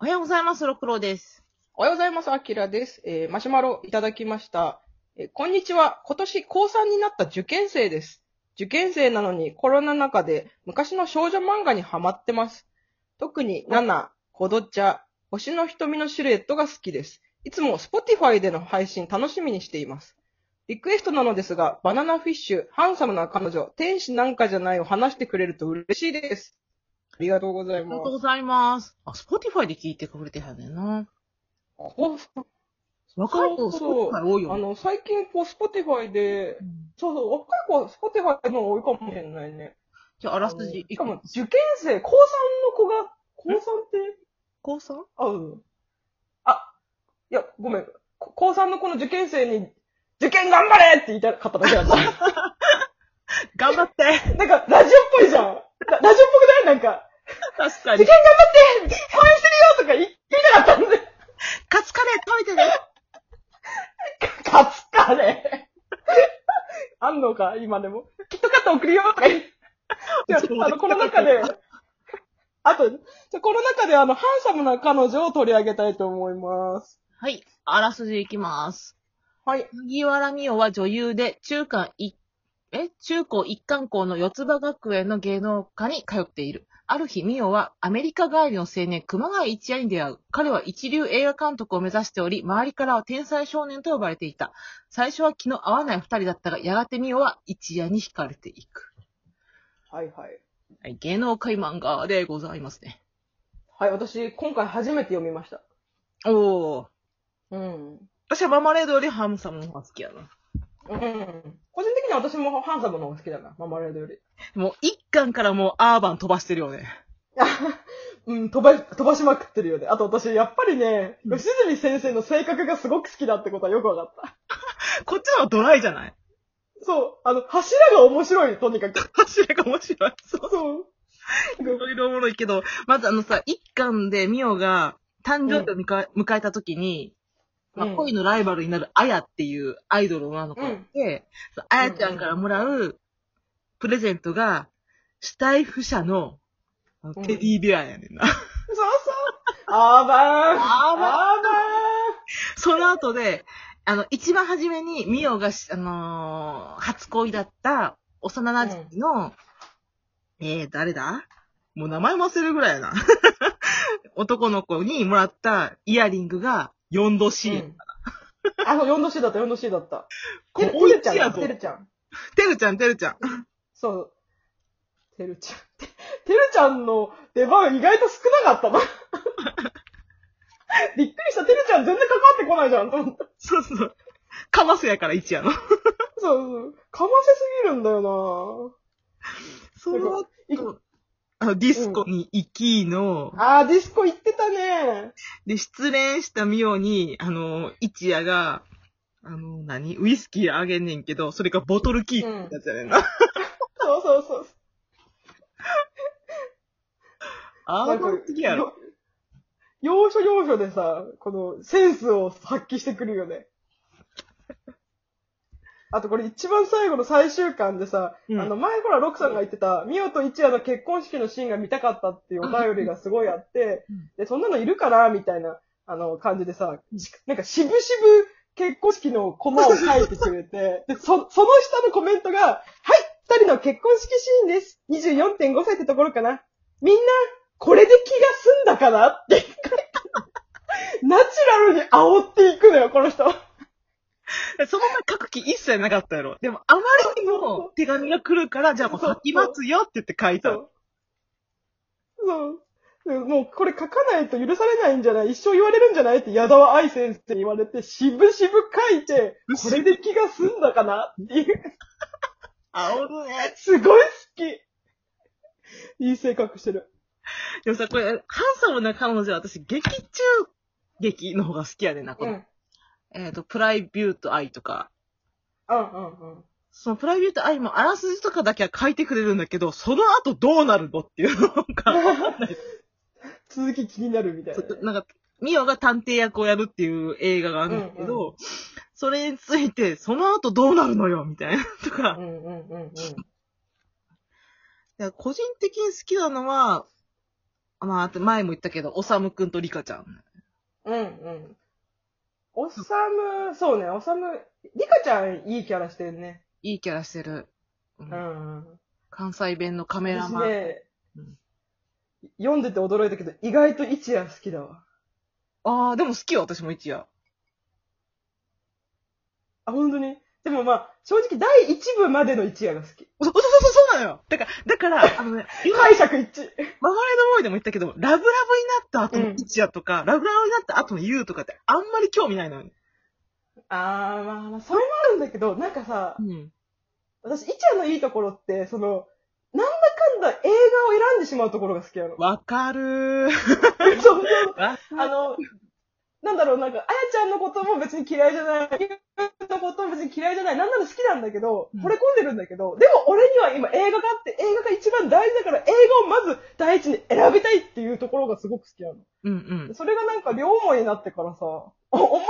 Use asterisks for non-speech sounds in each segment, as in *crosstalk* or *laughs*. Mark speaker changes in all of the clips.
Speaker 1: おはようございます、六郎です。
Speaker 2: おはようございます、アキラです。えーマシュマロいただきました。えーこんにちは。今年高3になった受験生です。受験生なのにコロナ禍で昔の少女漫画にハマってます。特に、ナナ、コドチャ、星の瞳のシルエットが好きです。いつも Spotify での配信楽しみにしています。リクエストなのですが、バナナフィッシュ、ハンサムな彼女、天使なんかじゃないを話してくれると嬉しいです。ありがとうござい
Speaker 1: あり
Speaker 2: ま
Speaker 1: が
Speaker 2: す
Speaker 1: とう。ございます。あ、スポティファイで聞いてくれてはんねんな。
Speaker 2: 高三
Speaker 1: 若い子、スポティファイ多いよ
Speaker 2: あ
Speaker 1: ね。
Speaker 2: の、最近、こう、Spotify で、
Speaker 1: うん
Speaker 2: そうそう、若い子は Spotify の方が多いかもしれないね。
Speaker 1: じゃあ、あらすじ
Speaker 2: あ
Speaker 1: い
Speaker 2: のし
Speaker 1: く
Speaker 2: かも、受験生、高3の子が、高3って、
Speaker 1: 高 3?
Speaker 2: あ、うん。あ、いや、ごめん。こ高3の子の受験生に、受験頑張れって言いたかっただけだ
Speaker 1: *laughs*
Speaker 2: った。なんか、
Speaker 1: 頑張って
Speaker 2: ラジオっぽいじゃん。ララジオっぽくないなんか、
Speaker 1: 確か
Speaker 2: 受
Speaker 1: に
Speaker 2: 験。頑張って応援してるよとか言い言いたかったんで。
Speaker 1: カツカレー食べてね
Speaker 2: カツカレー。あんのか、今でも。キットカット送るよ *laughs* とか言って。じゃあ、あの、この中で、あと、じゃあこの中であの、ハンサムな彼女を取り上げたいと思います。
Speaker 1: はい、あらすじいきます。
Speaker 2: はい。
Speaker 1: 麦わら美代は女優で、中間一、え中高一貫校の四つ葉学園の芸能科に通っている。ある日、美代はアメリカ帰りの青年、熊谷一也に出会う。彼は一流映画監督を目指しており、周りからは天才少年と呼ばれていた。最初は気の合わない二人だったが、やがて美代は一也に惹かれていく。
Speaker 2: はいはい。
Speaker 1: はい芸能界漫画でございますね。
Speaker 2: はい、私、今回初めて読みました。
Speaker 1: おー。
Speaker 2: うん。
Speaker 1: 私はママレードよりハムサムの方が好きやな。
Speaker 2: うん。個人的には私もハンサムの方が好きだな。ママレードより。
Speaker 1: もう一巻からもうアーバン飛ばしてるよね。
Speaker 2: *laughs* うん、飛ば、飛ばしまくってるよね。あと私、やっぱりね、
Speaker 1: うん
Speaker 2: 吉住先生の性格がすごく好きだってことはよくわかった。
Speaker 1: こっちの方がドライじゃない
Speaker 2: そう、あの、柱が面白い、とにかく。 *laughs*
Speaker 1: 柱が面白い。そう。
Speaker 2: そう。
Speaker 1: いろいろおもろいけど、まずあのさ、一巻でミオが誕生日を迎え,、迎えた時に、まあ、
Speaker 2: うん
Speaker 1: 恋のライバルになるアヤっていうアイドルの女の子がいて、そのアヤちゃんからもらうプレゼントが、死体不者のあの
Speaker 2: うん
Speaker 1: テディベアやねんな。
Speaker 2: そうそう。アーバーン。
Speaker 1: アーバーン
Speaker 2: アーバ
Speaker 1: その後で、あの、一番初めにミオがし、あのー初恋だった幼馴染の、えー、誰だもう名前忘れるぐらいやな。 *laughs* 男の子にもらったイヤリングが 4°C。
Speaker 2: ーン。あ、そう、4度 C だった、4度 C だった。
Speaker 1: これ、お
Speaker 2: て
Speaker 1: う
Speaker 2: る
Speaker 1: ちやぞ。
Speaker 2: て
Speaker 1: て
Speaker 2: るちゃん。
Speaker 1: るちゃん、てるちゃん。
Speaker 2: そう。てるちゃん。 *laughs* ててるちゃんの出番意外と少なかった *laughs* な。びっくりした。てるちゃん全然関わってこないじゃん、と思った。
Speaker 1: そうそう。カマスやから1やの。
Speaker 2: そうそう。かませすぎるんだよ
Speaker 1: その
Speaker 2: い
Speaker 1: 後、あの、ディスコに行きの、
Speaker 2: なあー、ディスコ行ってたね。
Speaker 1: で、失恋したミオに、あの、一夜が、あの、何ウイスキーあげんねんけど、それがボトルキープってやつやねんな。
Speaker 2: そうそうそう。
Speaker 1: あ
Speaker 2: な
Speaker 1: あ、
Speaker 2: んか
Speaker 1: 好きやろ。
Speaker 2: よ要所要所でさ、このセンスを発揮してくるよね。あとこれ一番最後の最終巻でさ、
Speaker 1: うん
Speaker 2: あの前ほらロクさんが言ってた、ミオと一夜の結婚式のシーンが見たかったっていうお便りがすごいあって
Speaker 1: うん、
Speaker 2: で、そんなのいるかなみたいな、あの、感じでさ、しなんか渋々結婚式のコマを書いてく
Speaker 1: *laughs*
Speaker 2: れて、で、そ、その下のコメントが、はい二人の結婚式シーンです !24.5 歳ってところかなみんな、これで気が済んだかなって書いて。ナチュラルに煽っていくのよ、この人。
Speaker 1: その前書く気一切なかったやろ。でも、あまりにも手紙が来るから、じゃあもう書きますよって言って書い
Speaker 2: そ
Speaker 1: た。
Speaker 2: う。そう。でももうこれ書かないと許されないんじゃない一生言われるんじゃないって矢沢愛先生に言われて、渋々書いて、これで気が済んだかなっていう。
Speaker 1: あおるね。
Speaker 2: すごい好き。いい性格してる。
Speaker 1: でもさ、これ、ハンサムな彼女は私、劇中劇の方が好きやねんな、こ
Speaker 2: うん。う
Speaker 1: の。
Speaker 2: ん
Speaker 1: えっ、と、プライビュート愛とか。
Speaker 2: うんうん。
Speaker 1: そのプライビュート愛もあらすじとかだけは書いてくれるんだけど、その後どうなるのっていうのが、
Speaker 2: 続き気になるみたい
Speaker 1: そ
Speaker 2: な
Speaker 1: うなんか、ミオが探偵役をやるっていう映画があるんだけど、
Speaker 2: う
Speaker 1: それについて、その後どうなるのよみたいな。 *laughs* とか、
Speaker 2: ね。うんうんうんうん。
Speaker 1: いや個人的に好きなのは、まあ、あと前も言ったけど、おさむくんとリカちゃん。
Speaker 2: うんうん。おさむ、そうね、おさむ、リカちゃんいいキャラしてるね。
Speaker 1: いいキャラしてる。うん
Speaker 2: うんうん。
Speaker 1: 関西弁のカメラ
Speaker 2: 私
Speaker 1: マン。
Speaker 2: ね
Speaker 1: うん、
Speaker 2: 読んでて驚いたけど、意外と一夜好きだわ。
Speaker 1: ああ、でも好きよ、私も一夜。
Speaker 2: あ、本当にでもまあ、正直第一部までの一夜が好き。
Speaker 1: そうそうそうそうなのよ。だから、だ *laughs* から、あのね、今、
Speaker 2: 解釈一致。
Speaker 1: ママレードボーイでも言ったけど、ラブラブになった後
Speaker 2: う
Speaker 1: の
Speaker 2: ん
Speaker 1: 一夜とか、ラブラブになった後のユウとかってあんまり興味ないのよね。
Speaker 2: あー、まあまあ、それもあるんだけど、なんかさ
Speaker 1: う、ん。
Speaker 2: 私、一夜のいいところって、その、なんだかんだ映画を選んでしまうところが好き *laughs* やろ。
Speaker 1: わかるー。
Speaker 2: そうそう。
Speaker 1: わ
Speaker 2: あの、なんだろう、なんか、あやちゃんのことも別に嫌いじゃない、ゆうのことも別に嫌いじゃない、なんなら好きなんだけど
Speaker 1: うん、
Speaker 2: 惚れ込んでるんだけど、でも俺には今映画があって、映画が一番大事だから、映画をまず第一に選びたいっていうところがすごく好きなの。
Speaker 1: うんうん。
Speaker 2: それがなんか両思いになってからさ、おお前の映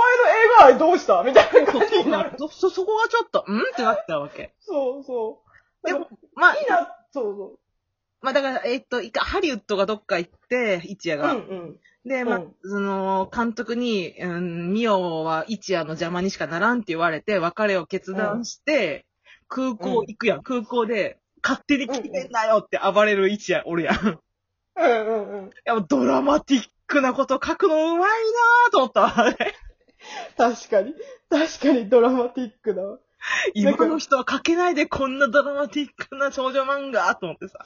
Speaker 2: 画愛どうしたみたいな
Speaker 1: そう
Speaker 2: 感じ
Speaker 1: そう
Speaker 2: に
Speaker 1: な
Speaker 2: な
Speaker 1: の
Speaker 2: る。
Speaker 1: そ、そ、 *laughs* そこがちょっと、うんってなったわけ。
Speaker 2: *laughs* そうそう。
Speaker 1: で
Speaker 2: でも、
Speaker 1: も、まあ
Speaker 2: い、いな、そうそ
Speaker 1: まあだから、えっと、一回、ハリウッドがどっか行って、一夜
Speaker 2: う。うん
Speaker 1: が。
Speaker 2: うん。
Speaker 1: で、まあ、
Speaker 2: うん
Speaker 1: その、監督に、うん、ミオは一夜の邪魔にしかならんって言われて、別れを決断して、空港行くやん。空港で、勝手に決めんなよって暴れる一夜おるやん。い *laughs*
Speaker 2: うんうんうん。
Speaker 1: や、ドラマティックなこと書くのうまいなーと思ったわ。あれ
Speaker 2: 確かに。確かにドラマティックだわ。
Speaker 1: 今の人は書けないでこんなドラマティックな少女漫画と思ってさ。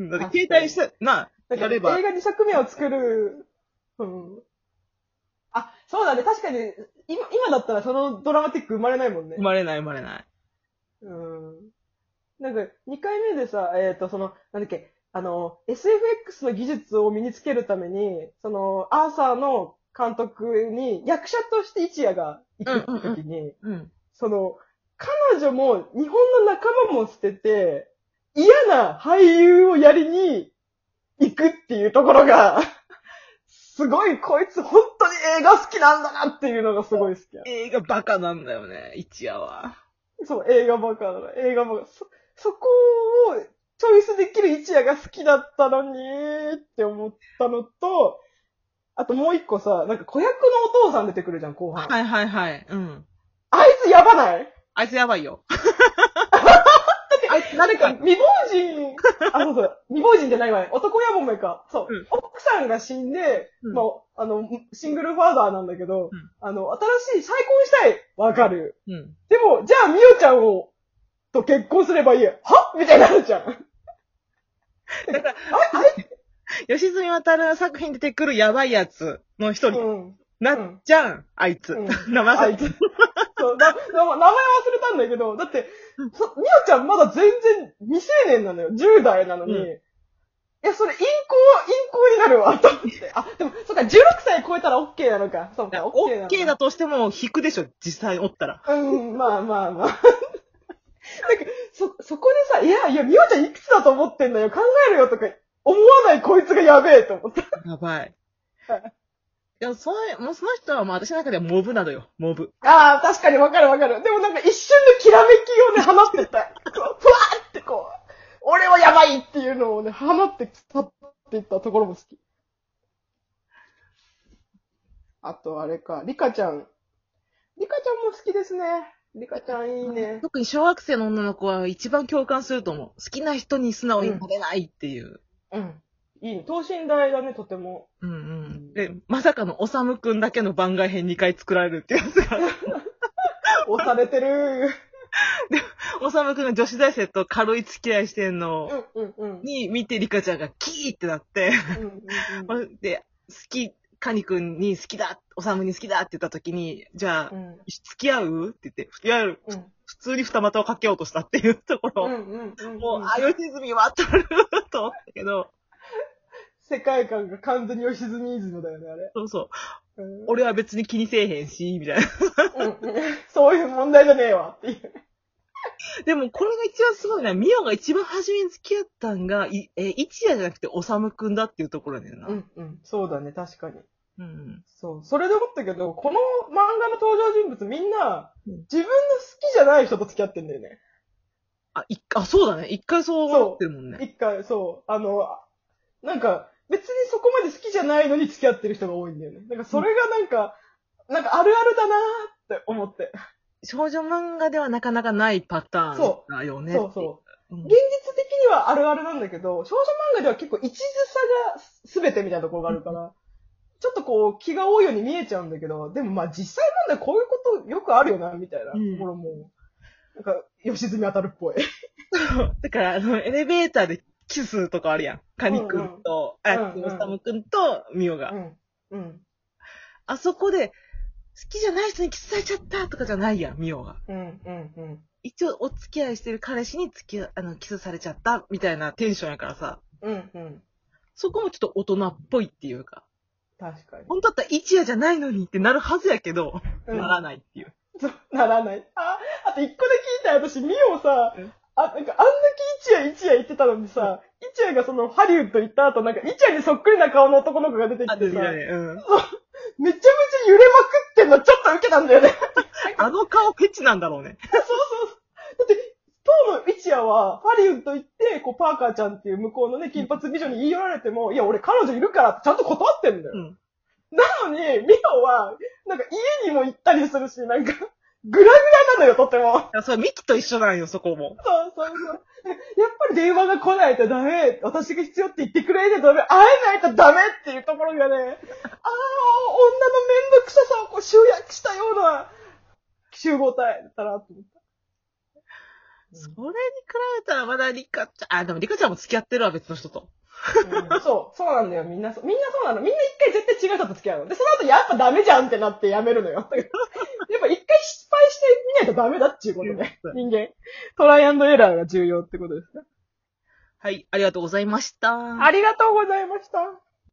Speaker 1: だって携帯して、な、
Speaker 2: なんか
Speaker 1: やれば
Speaker 2: 映画2作目を作る、うん。あ、そうだね。確かに、今、今だったらそのドラマティック生まれないもんね
Speaker 1: 生。まれない生まれない。
Speaker 2: うん。なんか、2回目でさ、えっ、と、その、なんだっけ、あの、SFX の技術を身につけるために、その、アーサーの監督に役者として一夜が行くときに、
Speaker 1: うん。
Speaker 2: その、彼女も日本の仲間も捨てて、嫌な俳優をやりに行くっていうところが、 *laughs* すごいこいつ本当に映画好きなんだなっていうのがすごい好きや。
Speaker 1: 映画バカなんだよね、一夜は。
Speaker 2: そう、映画バカだな。映画バカ。そ、そこをチョイスできる一夜が好きだったのにって思ったのと、あともう一個さ、なんか子役のお父さん出てくるじゃん、後半。
Speaker 1: はいはいはい。うん。
Speaker 2: あいつやばない
Speaker 1: あいつやばいよ。あいつな
Speaker 2: なんんか、
Speaker 1: か、
Speaker 2: 未亡
Speaker 1: *laughs*
Speaker 2: 人、あ、そうそう、未亡人じゃないわね。男やもめか。そう。
Speaker 1: うん
Speaker 2: 奥さんが死んで、
Speaker 1: うん
Speaker 2: まあ、あの、シングルファーザーなんだけど、
Speaker 1: うん
Speaker 2: あの、新しい、再婚したい。わかる。
Speaker 1: うん。
Speaker 2: でも、じゃあ、みおちゃんを、と結婚すればいい。はみたいになるじゃん。
Speaker 1: だ
Speaker 2: *laughs*
Speaker 1: から、吉住渡作品に出てくるやばいやつの一
Speaker 2: う
Speaker 1: 人、
Speaker 2: ん。
Speaker 1: な
Speaker 2: う
Speaker 1: っ
Speaker 2: ん
Speaker 1: ちゃん、あいつ。
Speaker 2: うん
Speaker 1: 名前忘
Speaker 2: あ
Speaker 1: れ
Speaker 2: い
Speaker 1: た
Speaker 2: つ。そう、な、な名前忘れたんだけど、だって、そみおちゃんまだ全然未成年なのよ。10代なのに。
Speaker 1: うん
Speaker 2: いや、それ、陰行、陰行になるわ、と思って。あ、でも、そっか、16歳超えたら OK なのか。そうか、
Speaker 1: オ
Speaker 2: OK な
Speaker 1: ッ
Speaker 2: の
Speaker 1: ケーだとしても、引くでしょ、実際おったら。
Speaker 2: うん、まあまあまあ。 *laughs* なんか、そ、そこでさ、いや、いや、みおちゃんいくつだと思ってんだよ、考えるよとか、思わないこいつがやべえと思って。
Speaker 1: やばい
Speaker 2: はい。
Speaker 1: いや、その、もうその人はもう私の中ではモブなのよ、モブ。
Speaker 2: ああ、確かにわかるわかる。でもなんか一瞬できらめきをね、放ってった。ふわーってこう、俺はやばいっていうのをね、放って去っていったところも好き。あとあれか、リカちゃん。リカちゃんも好きですね。リカちゃんいいね。
Speaker 1: 特に小学生の女の子は一番共感すると思う。好きな人に素直になれないっていう。
Speaker 2: うん。いいね。等身大だね、とても。
Speaker 1: うん、うん、で、まさかのおさむくんだけの番外編2回作られるってやつ
Speaker 2: *laughs*
Speaker 1: が。
Speaker 2: 押されてる。
Speaker 1: おさむくんが女子大生と軽い付き合いしてんの
Speaker 2: うんうんうん。うん
Speaker 1: に見てリカちゃんがキーってなって、 *laughs*
Speaker 2: うん
Speaker 1: で、好き、カニくんに好きだ、おさむに好きだって言った時に、じゃあ、
Speaker 2: うん。
Speaker 1: 付き合うって言って、いわゆる
Speaker 2: うん
Speaker 1: 普通に二股をかけようとしたっていうところ、
Speaker 2: うんうんうん。
Speaker 1: もう、あ、吉住は当たると思ったけど、
Speaker 2: 世界観が完全に吉住イズムだよね、あれ。
Speaker 1: そうそう、
Speaker 2: うん
Speaker 1: 俺は別に気にせえへんし、みたいな。 *laughs*
Speaker 2: うんうんそういう問題じゃねえわっていう。
Speaker 1: でもこれが一番すごいな、ミオが一番初めに付き合ったんが、いえー一夜じゃなくておさむくんだっていうところだよな。
Speaker 2: んうん。そうだね、確かに。
Speaker 1: うん
Speaker 2: そう。それで思ったけど、この漫画の登場人物みんな、
Speaker 1: うん
Speaker 2: 自分の好きじゃない人と付き合ってんだよね。
Speaker 1: あ、一回、あ、そうだね。一回そう思ってるもんね。
Speaker 2: 一回、そう。あの、なんか、別にそこまで好きじゃないのに付き合ってる人が多いんだよね。なんかそれがなんか、なんかあるあるだなーって思って。
Speaker 1: 少女漫画ではなかなかないパターンだよね。
Speaker 2: そうそう。
Speaker 1: うん。
Speaker 2: 現実的にはあるあるなんだけど、少女漫画では結構一途さが全てみたいなところがあるから、ちょっとこう気が多いように見えちゃうんだけど、でもまあ実際問題こういうことよくあるよな、みたいなところも、なんか吉住当たるっ
Speaker 1: *laughs*
Speaker 2: ぽい。
Speaker 1: だから、あの、エレベーターでキスとかあるやん。カニくんと、
Speaker 2: うん
Speaker 1: あ、
Speaker 2: うん
Speaker 1: ムサムくんとミオが。
Speaker 2: ん。うん。
Speaker 1: あそこで、好きじゃない人にキスされちゃったとかじゃないやん、ミオが。
Speaker 2: うん。うん。うん。
Speaker 1: 一応、お付き合いしてる彼氏に付き合い、あの、キスされちゃったみたいなテンションやからさ。
Speaker 2: うん。うん。
Speaker 1: そこもちょっと大人っぽいっていうか。
Speaker 2: 確かに。
Speaker 1: 本当だったら一夜じゃないのにってなるはずやけど、
Speaker 2: うん
Speaker 1: ならないっていう。
Speaker 2: そうならない。あ、あと一個だけ言いたい。私、ミオさ
Speaker 1: うん、
Speaker 2: あ、なんかあんだけ一夜一夜言ってたのにさ、一夜がそのハリウッド行った後、なんか一夜にそっくりな顔の男の子が出てき
Speaker 1: あ、
Speaker 2: て
Speaker 1: で
Speaker 2: さ、
Speaker 1: す
Speaker 2: めちゃ
Speaker 1: よね。うん。
Speaker 2: めちゃ揺れまくってんのちょっとウケたんだよね。 *laughs*
Speaker 1: あの顔ケチなんだろうね。
Speaker 2: そうそうそう。だって、当の一夜は、ハリウッド行って、こう、パーカーちゃんっていう向こうのね、金髪美女に言い寄られても、いや、俺彼女いるからってちゃんと断ってんだよ。
Speaker 1: うん。
Speaker 2: なのに、ミオは、なんか家にも行ったりするし、なんか、 *laughs* グラグラなのよ、とても。 *laughs*
Speaker 1: いや、それミキと一緒なんよ、そこも。
Speaker 2: そうそうそう。やっぱり電話が来ないとダメ。私が必要って言ってくれないとダメ。会えないとダメっていうところがね、ああ、女のめんどくささをこう集約したような集合体だったなって思った。
Speaker 1: それに比べたらまだリカちゃん、あ、でもリカちゃんも付き合ってるわ、別の人と。
Speaker 2: うんそう、そうなんだよ。みんなそう、みんなそうなの。みんな一回絶対違う人と付き合うの。で、その後やっぱダメじゃんってなってやめるのよ。だ *laughs* からやっぱ一回失敗してみないとダメだっていうことね。
Speaker 1: うん
Speaker 2: 人間。トライアンドエラーが重要ってことですね。
Speaker 1: はい、ありがとうございました。
Speaker 2: ありがとうございました。